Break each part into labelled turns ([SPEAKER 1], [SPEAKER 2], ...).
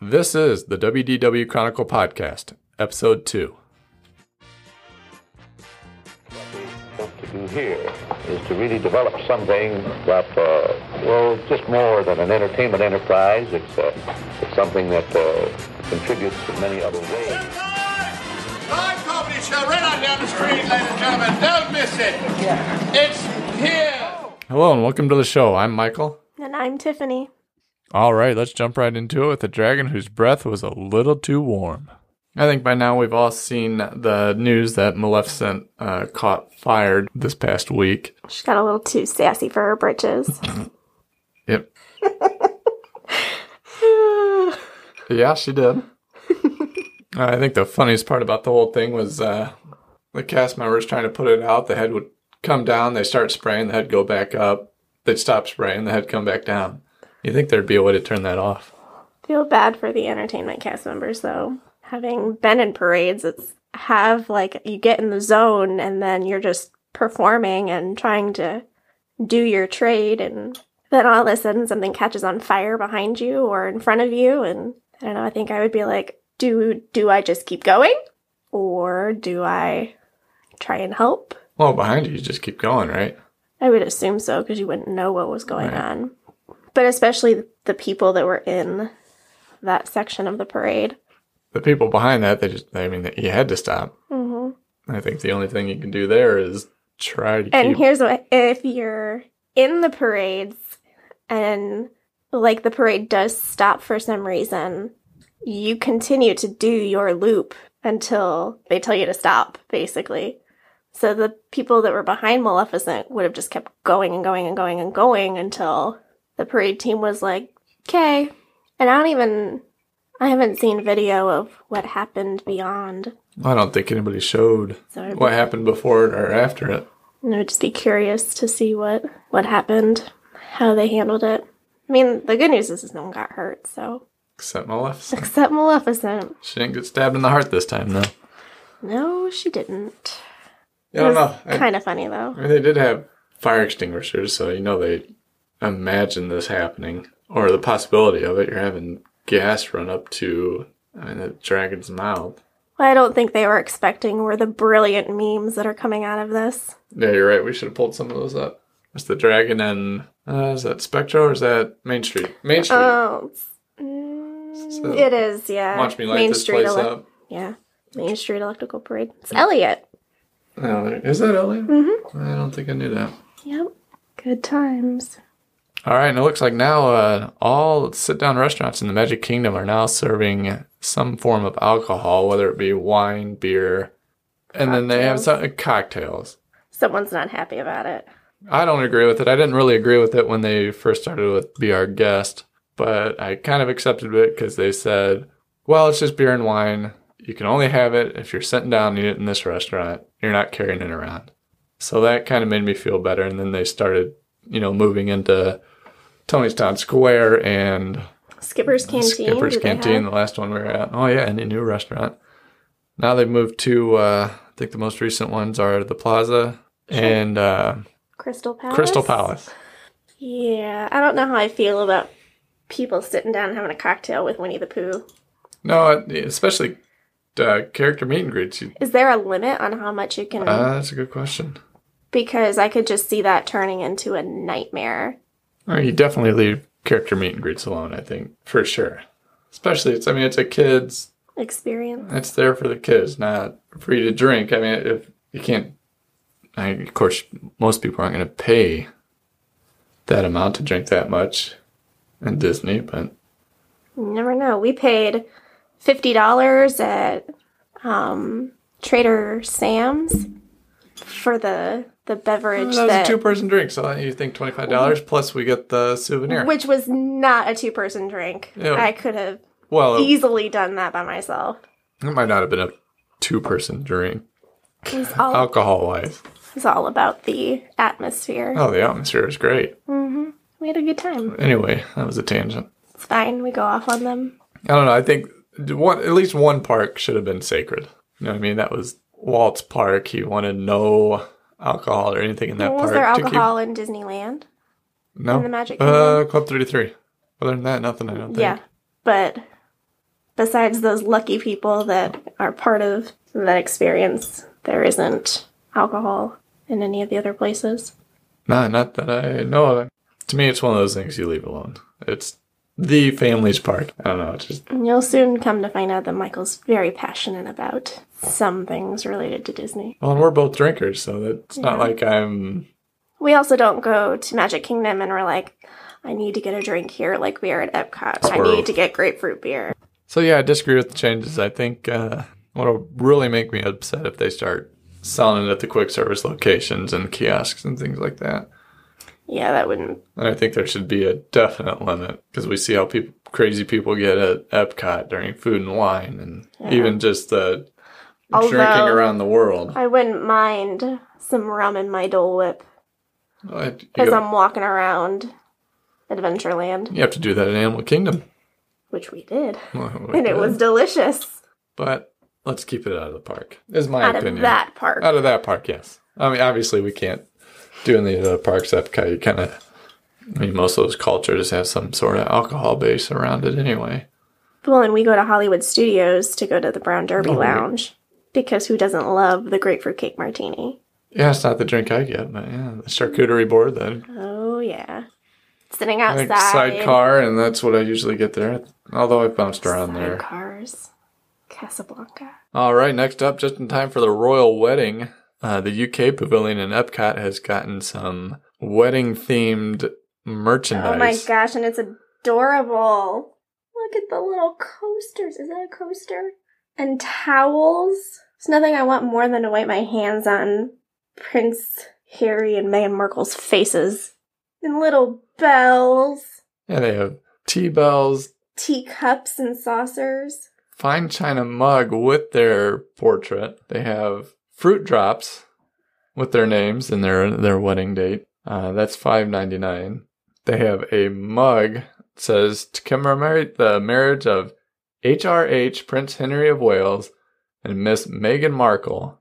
[SPEAKER 1] This is the WDW Chronicle Podcast, Episode 2.
[SPEAKER 2] What we hope to do here is to really develop something that, uh, well, just more than an entertainment enterprise. It's, uh, it's something that uh, contributes in many other ways.
[SPEAKER 3] Live comedy show right on down the street, ladies and gentlemen. Don't miss it. It's here.
[SPEAKER 1] Hello and welcome to the show. I'm Michael.
[SPEAKER 4] And I'm Tiffany.
[SPEAKER 1] All right, let's jump right into it with a dragon whose breath was a little too warm. I think by now we've all seen the news that Maleficent uh, caught fired this past week.
[SPEAKER 4] She got a little too sassy for her britches.
[SPEAKER 1] Yep. yeah, she did. I think the funniest part about the whole thing was uh, the cast members trying to put it out. The head would come down, they start spraying, the head go back up, they'd stop spraying, the head come back down. You think there'd be a way to turn that off?
[SPEAKER 4] Feel bad for the entertainment cast members though. Having been in parades, it's have like you get in the zone and then you're just performing and trying to do your trade and then all of a sudden something catches on fire behind you or in front of you and I don't know, I think I would be like, do do I just keep going? Or do I try and help?
[SPEAKER 1] Well, behind you, you just keep going, right?
[SPEAKER 4] I would assume so because you wouldn't know what was going on. But especially the people that were in that section of the parade.
[SPEAKER 1] The people behind that, they just, I mean, you had to stop.
[SPEAKER 4] hmm
[SPEAKER 1] I think the only thing you can do there is try to
[SPEAKER 4] And
[SPEAKER 1] keep.
[SPEAKER 4] here's what if you're in the parades and like the parade does stop for some reason, you continue to do your loop until they tell you to stop, basically. So the people that were behind Maleficent would have just kept going and going and going and going until the parade team was like, okay. And I don't even, I haven't seen video of what happened beyond.
[SPEAKER 1] I don't think anybody showed
[SPEAKER 4] So I'd be-
[SPEAKER 1] what happened before it or after it.
[SPEAKER 4] And I would just be curious to see what what happened, how they handled it. I mean, the good news is no one got hurt, so
[SPEAKER 1] Except Maleficent.
[SPEAKER 4] except Maleficent.
[SPEAKER 1] She didn't get stabbed in the heart this time, though.
[SPEAKER 4] No, she didn't.
[SPEAKER 1] I don't
[SPEAKER 4] It
[SPEAKER 1] know.
[SPEAKER 4] was
[SPEAKER 1] I,
[SPEAKER 4] Kind of funny though.
[SPEAKER 1] I mean, they did have fire extinguishers, so you know they imagined this happening or the possibility of it. You're having gas run up to I mean, the dragon's mouth.
[SPEAKER 4] What I don't think they were expecting were the brilliant memes that are coming out of this.
[SPEAKER 1] Yeah, you're right. We should have pulled some of those up. It's the dragon and uh, is that Spectro or is that Main Street? Main Street.
[SPEAKER 4] Oh, it's- mm,
[SPEAKER 1] So,
[SPEAKER 4] it is. Yeah,
[SPEAKER 1] Watch me light this place
[SPEAKER 4] Elec-
[SPEAKER 1] up.
[SPEAKER 4] Yeah, Main Street Electrical Parade. It's Elliot.
[SPEAKER 1] Oh, there- is that Elliot? Mm-hmm. I don't think I knew that.
[SPEAKER 4] Yep. Good times.
[SPEAKER 1] All right, and it looks like now uh, all sit-down restaurants in the Magic Kingdom are now serving some form of alcohol, whether it be wine, beer, and then they have some uh, cocktails.
[SPEAKER 4] Someone's not happy about it.
[SPEAKER 1] I don't agree with it. I didn't really agree with it when they first started with "Be Our Guest," but I kind of accepted it because they said, "Well, it's just beer and wine. You can only have it if you're sitting down and eating it in this restaurant. You're not carrying it around." So that kind of made me feel better. And then they started, you know, moving into Tony's Town Square and
[SPEAKER 4] Skipper's Canteen.
[SPEAKER 1] Skipper's
[SPEAKER 4] do they have-
[SPEAKER 1] Canteen, the last one we were at. Oh yeah, and a new restaurant. Now they've moved to. Uh, I think the most recent ones are the Plaza and uh,
[SPEAKER 4] Crystal Palace.
[SPEAKER 1] Crystal Palace.
[SPEAKER 4] Yeah, I don't know how I feel about people sitting down and having a cocktail with Winnie the Pooh.
[SPEAKER 1] No, it- especially uh, character meet and greets. You,
[SPEAKER 4] Is there a limit on how much you can?
[SPEAKER 1] uh, that's a good question.
[SPEAKER 4] because I could just see that turning into a nightmare.
[SPEAKER 1] Or you definitely leave character meet and greets alone. I think for sure. Especially, it's. I mean, it's a kids.
[SPEAKER 4] Experience.
[SPEAKER 1] It's there for the kids, not for you to drink. I mean, if you can't, I, of course, most people aren't going to pay that amount to drink that much in Disney. But
[SPEAKER 4] You never know. We paid fifty dollars at um, Trader Sam's for the the beverage
[SPEAKER 1] that was a
[SPEAKER 4] that,
[SPEAKER 1] two-person drink, so you think twenty-five dollars plus we get the souvenir.
[SPEAKER 4] which was not a two person drink.
[SPEAKER 1] Yeah.
[SPEAKER 4] I could have
[SPEAKER 1] well, it,
[SPEAKER 4] easily done that by myself.
[SPEAKER 1] it might not have been a two-person drink,
[SPEAKER 4] It was all
[SPEAKER 1] alcohol-wise.
[SPEAKER 4] It's all about the atmosphere.
[SPEAKER 1] Oh, the atmosphere is great.
[SPEAKER 4] We had a good time.
[SPEAKER 1] Anyway, that was a tangent.
[SPEAKER 4] It's fine. We go off on them.
[SPEAKER 1] I don't know. I think one, at least one park should have been sacred. You know what I mean? That was Walt's park. He wanted no alcohol or anything in that
[SPEAKER 4] was
[SPEAKER 1] park.
[SPEAKER 4] there
[SPEAKER 1] to keep-
[SPEAKER 4] alcohol in Disneyland?
[SPEAKER 1] no.
[SPEAKER 4] in the Magic
[SPEAKER 1] Uh, Club 33. Other than that, nothing, I don't think.
[SPEAKER 4] Yeah. But besides those lucky people that are part of that experience, there isn't alcohol in any of the other places.
[SPEAKER 1] Nah, not that I know of. To me, it's one of those things you leave alone. It's the family's park. I don't know. It's just
[SPEAKER 4] And you'll soon come to find out that Michael's very passionate about some things related to Disney.
[SPEAKER 1] well, and we're both drinkers, so it's not like I'm.
[SPEAKER 4] We also don't go to Magic Kingdom and we're like, I need to get a drink here like we are at Epcot. I
[SPEAKER 1] Swerve.
[SPEAKER 4] need to get grapefruit beer.
[SPEAKER 1] So yeah, I disagree with the changes. I think uh, what'll really make me upset if they start selling it at the quick service locations and kiosks and things like that.
[SPEAKER 4] Yeah, that wouldn't.
[SPEAKER 1] And I think there should be a definite limit because we see how people, crazy people get at Epcot during food and wine, and even just the drinking
[SPEAKER 4] Although-
[SPEAKER 1] around the world.
[SPEAKER 4] I wouldn't mind some rum in my Dole Whip
[SPEAKER 1] Like, you
[SPEAKER 4] as
[SPEAKER 1] go-
[SPEAKER 4] I'm walking around Adventureland,
[SPEAKER 1] You have to do that in Animal Kingdom.
[SPEAKER 4] which we did. And it was delicious
[SPEAKER 1] But let's keep it out of the park, is my
[SPEAKER 4] out
[SPEAKER 1] opinion.
[SPEAKER 4] of that park.
[SPEAKER 1] Out of that park, yes. I mean, obviously, we can't do in the other parks Epcot. You kind of, I mean, most of those cultures have some sort of alcohol base around it anyway.
[SPEAKER 4] Well, and we go to Hollywood Studios to go to the Brown Derby
[SPEAKER 1] right.
[SPEAKER 4] Lounge because who doesn't love the grapefruit cake martini?
[SPEAKER 1] Yeah, it's not the drink I get, but yeah, the charcuterie board, the
[SPEAKER 4] Oh yeah, sitting
[SPEAKER 1] I think,
[SPEAKER 4] outside.
[SPEAKER 1] sidecar, and that's what I usually get there. Although I bounced around there.
[SPEAKER 4] Sidecars. Casablanca.
[SPEAKER 1] All right, next up, just in time for the royal wedding, uh, the UK pavilion in Epcot has gotten some wedding themed merchandise.
[SPEAKER 4] Oh my gosh, and it's adorable. Look at the little coasters. Is that a coaster? And towels. There's nothing I want more than to wipe my hands on Prince Harry and Meghan Markle's faces. And little bells,
[SPEAKER 1] Yeah, they have tea bells,
[SPEAKER 4] teacups, and saucers.
[SPEAKER 1] fine china mug with their portrait. They have fruit drops with their names and their their wedding date. Uh, that's five ninety nine. They have a mug that says to commemorate the marriage of HRH Prince Henry of Wales and Miss Meghan Markle,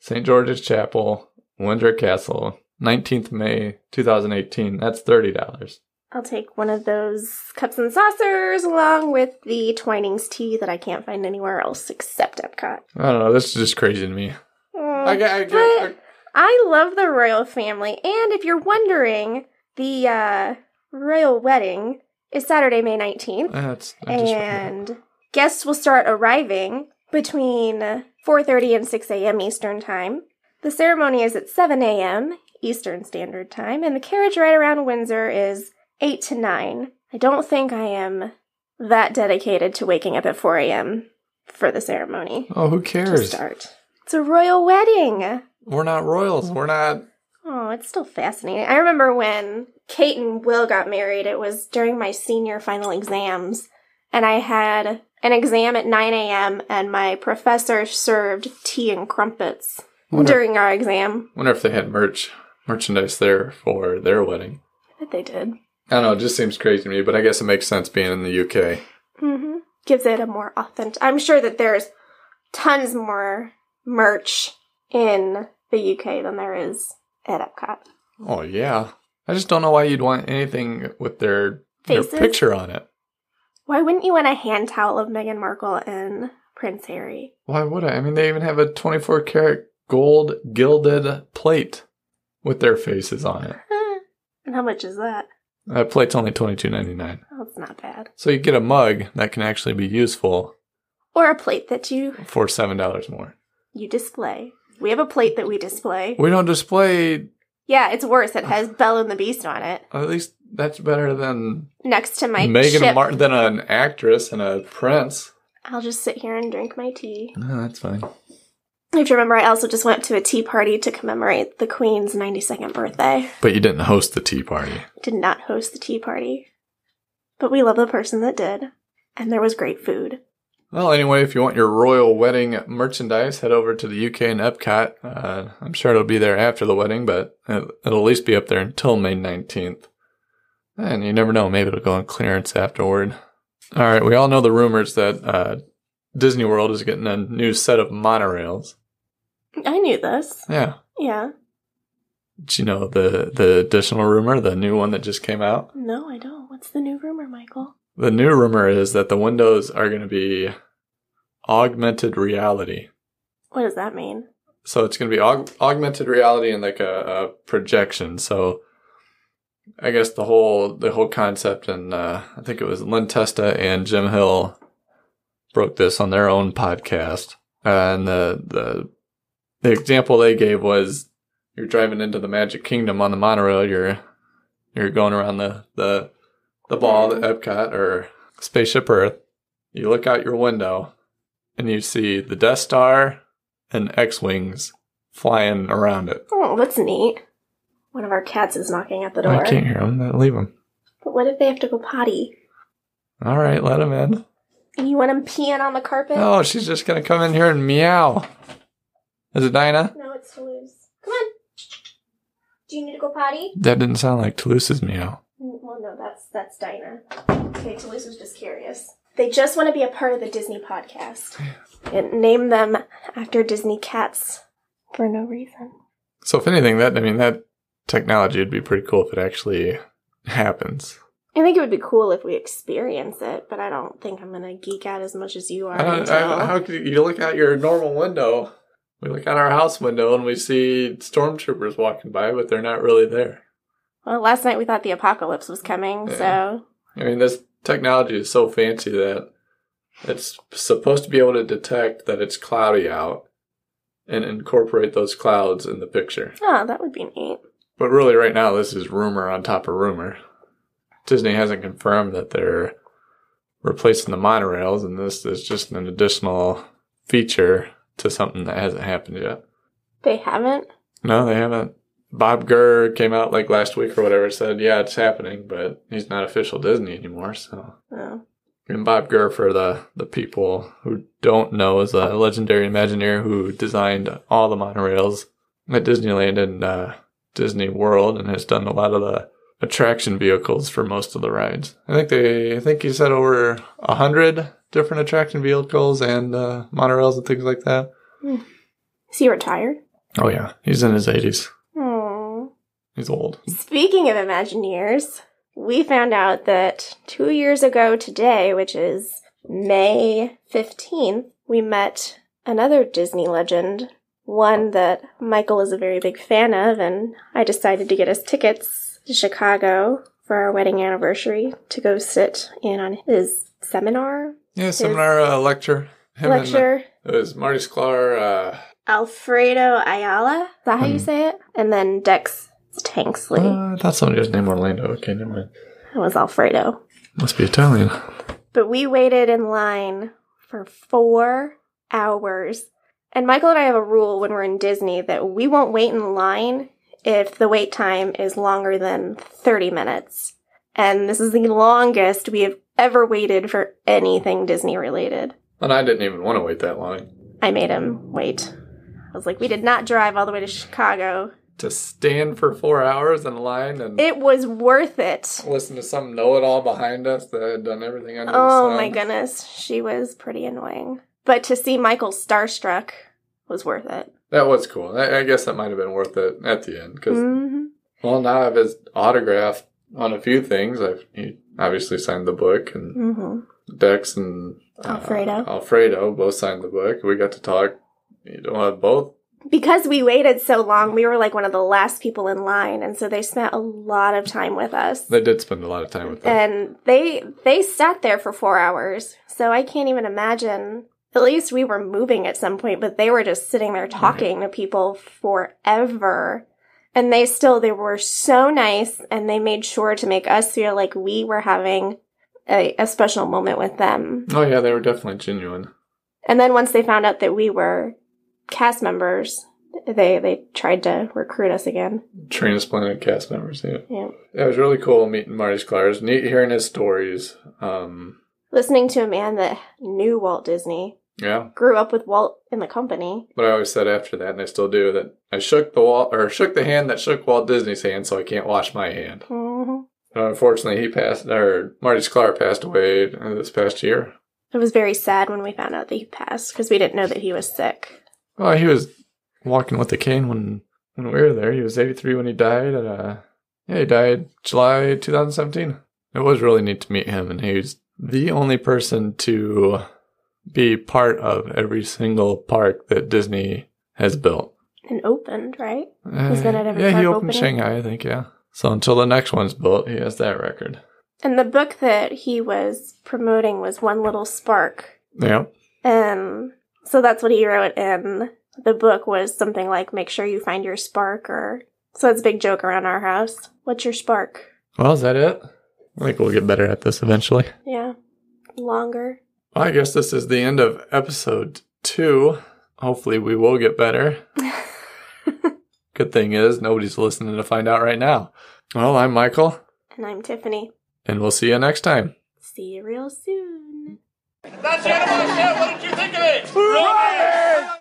[SPEAKER 1] St George's Chapel, Windsor Castle, nineteenth May two thousand eighteen. That's thirty dollars.
[SPEAKER 4] I'll take one of those cups and saucers along with the Twinings tea that I can't find anywhere else except Epcot.
[SPEAKER 1] I don't know. This is just crazy to me. I, get- I, get- I,
[SPEAKER 4] Mm, But I love the royal family, and if you're wondering, the uh, royal wedding is Saturday, May 19th,
[SPEAKER 1] That's I just-
[SPEAKER 4] and guests will start arriving between 4:30 and 6 a.m. Eastern Time. The ceremony is at 7 a.m. Eastern Standard Time, and the carriage ride around Windsor is 8 to 9. I don't think I am that dedicated to waking up at 4 a.m. for the ceremony
[SPEAKER 1] Oh, who
[SPEAKER 4] to
[SPEAKER 1] cares?
[SPEAKER 4] start. It's a royal wedding.
[SPEAKER 1] We're not royals. We're not.
[SPEAKER 4] Oh, it's still fascinating. I remember when Kate and Will got married, it was during my senior final exams, and I had an exam at 9 a.m., and my professor served tea and crumpets during our exam.
[SPEAKER 1] Wonder if they had merch merchandise there for their wedding.
[SPEAKER 4] I think they did.
[SPEAKER 1] I don't know. It just seems crazy to me, but I guess it makes sense being in the UK.
[SPEAKER 4] hmm Gives it a more authentic. I'm sure that there's tons more merch in the UK than there is at Epcot.
[SPEAKER 1] Oh yeah. I just don't know why you'd want anything with their
[SPEAKER 4] Faces?
[SPEAKER 1] their picture on it.
[SPEAKER 4] Why wouldn't you want a hand towel of Meghan Markle and Prince Harry?
[SPEAKER 1] Why would I? I mean, they even have a 24 karat gold gilded plate with their faces on it.
[SPEAKER 4] and how much is that?
[SPEAKER 1] That plate's only 22.99.
[SPEAKER 4] Oh, it's not bad.
[SPEAKER 1] So you get a mug that can actually be useful
[SPEAKER 4] Or a plate that you
[SPEAKER 1] for seven dollars more.
[SPEAKER 4] you display. We have a plate that we display.
[SPEAKER 1] We don't display.
[SPEAKER 4] Yeah, it's worse. It has Belle and the Beast on it
[SPEAKER 1] At least that's better than
[SPEAKER 4] next to my
[SPEAKER 1] Megan
[SPEAKER 4] ship.
[SPEAKER 1] Martin than an actress and a prince.
[SPEAKER 4] I'll just sit here and drink my tea.
[SPEAKER 1] No, that's fine.
[SPEAKER 4] If you remember, I also just went to a tea party to commemorate the Queen's 92nd birthday.
[SPEAKER 1] But you didn't host the tea party.
[SPEAKER 4] Did not host the tea party, but we love the person that did, and there was great food.
[SPEAKER 1] Well, anyway, if you want your royal wedding merchandise, head over to the UK and Epcot. Uh, I'm sure it'll be there after the wedding, but it- it'll at least be up there until May 19th. And you never know, maybe it'll go on clearance afterward. All right, we all know the rumors that uh, Disney World is getting a new set of monorails.
[SPEAKER 4] I knew this.
[SPEAKER 1] Yeah.
[SPEAKER 4] Yeah.
[SPEAKER 1] Do you know the, the additional rumor, the new one that just came out?
[SPEAKER 4] No, I don't. What's the new rumor, Michael?
[SPEAKER 1] The new rumor is that the windows are going to be augmented reality.
[SPEAKER 4] What does that mean?
[SPEAKER 1] So it's going to be aug- augmented reality and like a, a projection. So I guess the whole the whole concept, and uh, I think it was Lynn Testa and Jim Hill broke this on their own podcast. Uh, and the the the example they gave was you're driving into the Magic Kingdom on the monorail. You're you're going around the the the ball at Epcot or Spaceship Earth. You look out your window and you see the Death Star and X wings flying around it.
[SPEAKER 4] Oh, that's neat. One of our cats is knocking at the door.
[SPEAKER 1] I can't hear them. Leave them.
[SPEAKER 4] But what if they have to go potty?
[SPEAKER 1] All right, let them in.
[SPEAKER 4] And you want them peeing on the carpet?
[SPEAKER 1] Oh, she's just gonna come in here and meow. Is it Dinah?
[SPEAKER 4] No, it's Toulouse. Come on. Do you need to go potty?
[SPEAKER 1] That didn't sound like Toulouse's meow.
[SPEAKER 4] Mm, Well, no, that's that's Dinah. Okay, Toulouse was just curious. They just want to be a part of the Disney podcast. And name them after Disney cats for no reason.
[SPEAKER 1] So if anything, that I mean that technology would be pretty cool if it actually happens.
[SPEAKER 4] I think it would be cool if we experience it, but I don't think I'm gonna geek out as much as you are.
[SPEAKER 1] I don't,
[SPEAKER 4] until-
[SPEAKER 1] I, how could you, you look out your normal window? We look out our house window and we see stormtroopers walking by, but they're not really there.
[SPEAKER 4] well, last night we thought the apocalypse was coming,
[SPEAKER 1] Yeah.
[SPEAKER 4] so
[SPEAKER 1] I mean, this technology is so fancy that it's supposed to be able to detect that it's cloudy out and incorporate those clouds in the picture.
[SPEAKER 4] oh, that would be neat.
[SPEAKER 1] But really, right now, this is rumor on top of rumor. Disney hasn't confirmed that they're replacing the monorails, and this is just an additional feature to something that hasn't happened yet.
[SPEAKER 4] They haven't.
[SPEAKER 1] No, they haven't. Bob Gurr came out like last week or whatever, said, yeah, it's happening, but he's not official Disney anymore, so.
[SPEAKER 4] Oh.
[SPEAKER 1] And Bob Gurr, for the, the people who don't know, is a legendary Imagineer who designed all the monorails at Disneyland and uh, Disney World, and has done a lot of the attraction vehicles for most of the rides. I think they, I think he said over a hundred different attraction vehicles and uh, monorails and things like that.
[SPEAKER 4] Is he retired?
[SPEAKER 1] Oh yeah, he's in his eighties.
[SPEAKER 4] Oh.
[SPEAKER 1] He's old.
[SPEAKER 4] Speaking of Imagineers, we found out that two years ago today, which is May 15th, we met another Disney legend, one that Michael is a very big fan of, and I decided to get us tickets to Chicago for our wedding anniversary to go sit in on his seminar,
[SPEAKER 1] Yeah, seminar uh, lecture. Him and, uh,
[SPEAKER 4] lecture.
[SPEAKER 1] it was Marty Sklar. Uh,
[SPEAKER 4] Alfredo Ayala, is that how you say it? And then Dex Tanksley.
[SPEAKER 1] uh, I thought somebody was named Orlando. Okay, never mind.
[SPEAKER 4] that was Alfredo.
[SPEAKER 1] Must be Italian.
[SPEAKER 4] But we waited in line for four hours. And Michael and I have a rule when we're in Disney that we won't wait in line if the wait time is longer than 30 minutes. And this is the longest we have ever waited for anything Disney related.
[SPEAKER 1] And I didn't even want to wait that long.
[SPEAKER 4] I made him wait. I was like, we did not drive all the way to Chicago.
[SPEAKER 1] To stand for four hours in line and
[SPEAKER 4] It was worth it.
[SPEAKER 1] listen to some know it all behind us that had done everything under the
[SPEAKER 4] Oh
[SPEAKER 1] sun.
[SPEAKER 4] my goodness, she was pretty annoying. But to see Michael starstruck was worth it.
[SPEAKER 1] That was cool. I, I guess that might have been worth it at the end because,
[SPEAKER 4] hmm
[SPEAKER 1] well, now I have his autograph on a few things. I've, he obviously signed the book, and
[SPEAKER 4] hmm
[SPEAKER 1] Dex and uh,
[SPEAKER 4] Alfredo.
[SPEAKER 1] Alfredo both signed the book. We got to talk. You don't have both.
[SPEAKER 4] Because we waited so long, we were like one of the last people in line, and so they spent a lot of time with us.
[SPEAKER 1] They did spend a lot of time with them.
[SPEAKER 4] And they they sat there for four hours, so I can't even imagine. At least we were moving at some point, but they were just sitting there talking to people forever. And they still they were so nice, and they made sure to make us feel like we were having a, a special moment with them.
[SPEAKER 1] oh, yeah, they were definitely genuine.
[SPEAKER 4] And then once they found out that we were cast members, they they tried to recruit us again.
[SPEAKER 1] Transplanted cast members, yeah.
[SPEAKER 4] Yeah.
[SPEAKER 1] Yeah, it was really cool meeting Marty Sklar. It was neat hearing his stories. Um,
[SPEAKER 4] Listening to a man that knew Walt Disney,
[SPEAKER 1] yeah,
[SPEAKER 4] grew up with Walt in the company.
[SPEAKER 1] but I always said after that, and I still do, that I shook the wall or shook the hand that shook Walt Disney's hand, so I can't wash my hand.
[SPEAKER 4] Mhm.
[SPEAKER 1] And unfortunately, he passed, or Marty Sklar passed away uh, this past year.
[SPEAKER 4] It was very sad when we found out that he passed because we didn't know that he was sick.
[SPEAKER 1] Well, he was walking with a cane when when we were there. He was 83 when he died. At, uh, yeah, he died July 2017. It was really neat to meet him, and he's the only person to be part of every single park that Disney has built.
[SPEAKER 4] And opened, right?
[SPEAKER 1] He's
[SPEAKER 4] been at every
[SPEAKER 1] yeah, he
[SPEAKER 4] park
[SPEAKER 1] opened
[SPEAKER 4] opening.
[SPEAKER 1] Shanghai, I think. Yeah. So until the next one's built, he has that record.
[SPEAKER 4] And the book that he was promoting was One Little Spark.
[SPEAKER 1] Yeah.
[SPEAKER 4] And so that's what he wrote in the book was something like make sure you find your spark or so it's a big joke around our house. What's your spark?
[SPEAKER 1] Well, is that it? I think we'll get better at this eventually.
[SPEAKER 4] Yeah. Longer.
[SPEAKER 1] Well, I guess this is the end of episode two. Hopefully, we will get better. Good thing is, nobody's listening to find out right now. Well, I'm Michael,
[SPEAKER 4] And I'm Tiffany.
[SPEAKER 1] and we'll see you next time.
[SPEAKER 4] See you real soon.
[SPEAKER 3] That's the end of our show. What did you think of it?